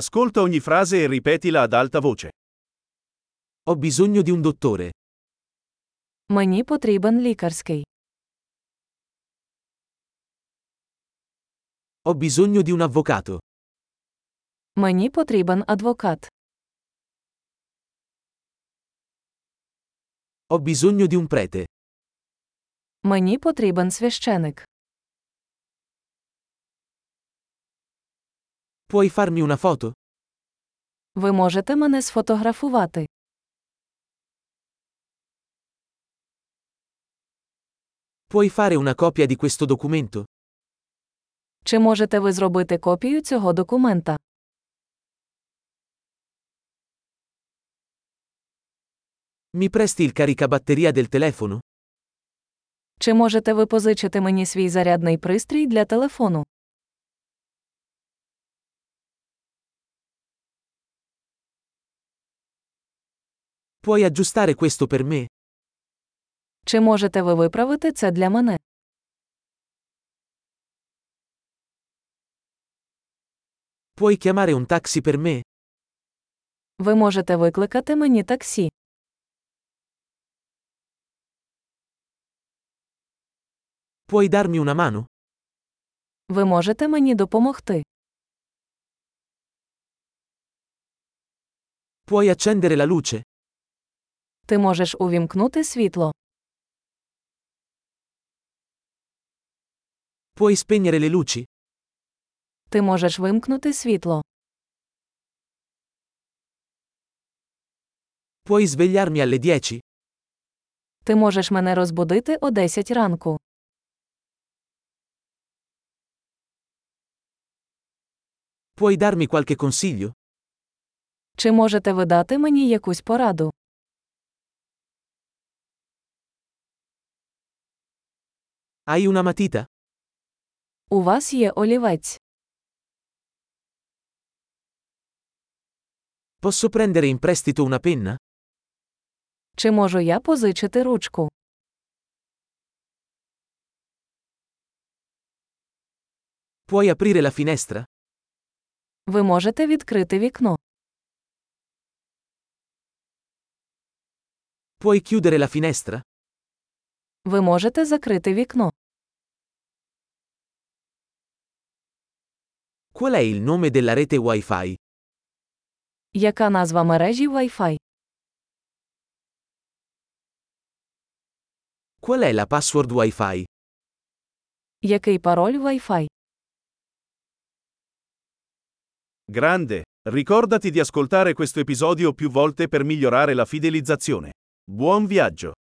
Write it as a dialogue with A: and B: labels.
A: Ascolta ogni frase e ripetila ad alta voce.
B: Ho bisogno di un dottore.
C: Мені потрібен лікарський.
B: Ho bisogno di un avvocato.
C: Мені потрібен адвокат.
B: Ho bisogno di un prete.
C: Мені потрібен священик.
B: Puoi farmi una foto?
C: Ви можете мене сфотографувати.
B: Puoi fare una copia di questo documento?
C: Чи можете ви зробити копію цього документа?
B: Mi presti il caricabatteria del telefono?
C: Чи можете ви позичити мені свій зарядний пристрій для телефону?
B: Puoi aggiustare questo per me?
C: Чи можете ви виправити це для мене?
B: Puoi chiamare un taxi per me?
C: Ви можете викликати мені таксі.
B: Puoi darmi una mano?
C: Ви можете мені допомогти.
B: Puoi accendere la luce?
C: Ти можеш увімкнути світло.
B: Puoi spegnere le luci?
C: Ти можеш вимкнути світло.
B: Puoi svegliarmi alle 10?
C: Ти можеш мене розбудити о 10 ранку.
B: Puoi darmi qualche consiglio?
C: Чи можете ви дати мені якусь пораду?
B: Hai una matita?
C: У вас є олівець.
B: Posso prendere in prestito una penna?
C: Чи можу я позичити ручку?
B: Puoi aprire la finestra?
C: Ви можете відкрити вікно.
B: Puoi chiudere la finestra?
C: Ви можете закрити вікно.
B: Qual è il nome della rete Wi-Fi?
C: Яка назва мережі Wi-Fi?
B: Qual è la password Wi-Fi?
C: Який пароль Wi-Fi?
A: Grande, ricordati di ascoltare questo episodio più volte per migliorare la fidelizzazione. Buon viaggio!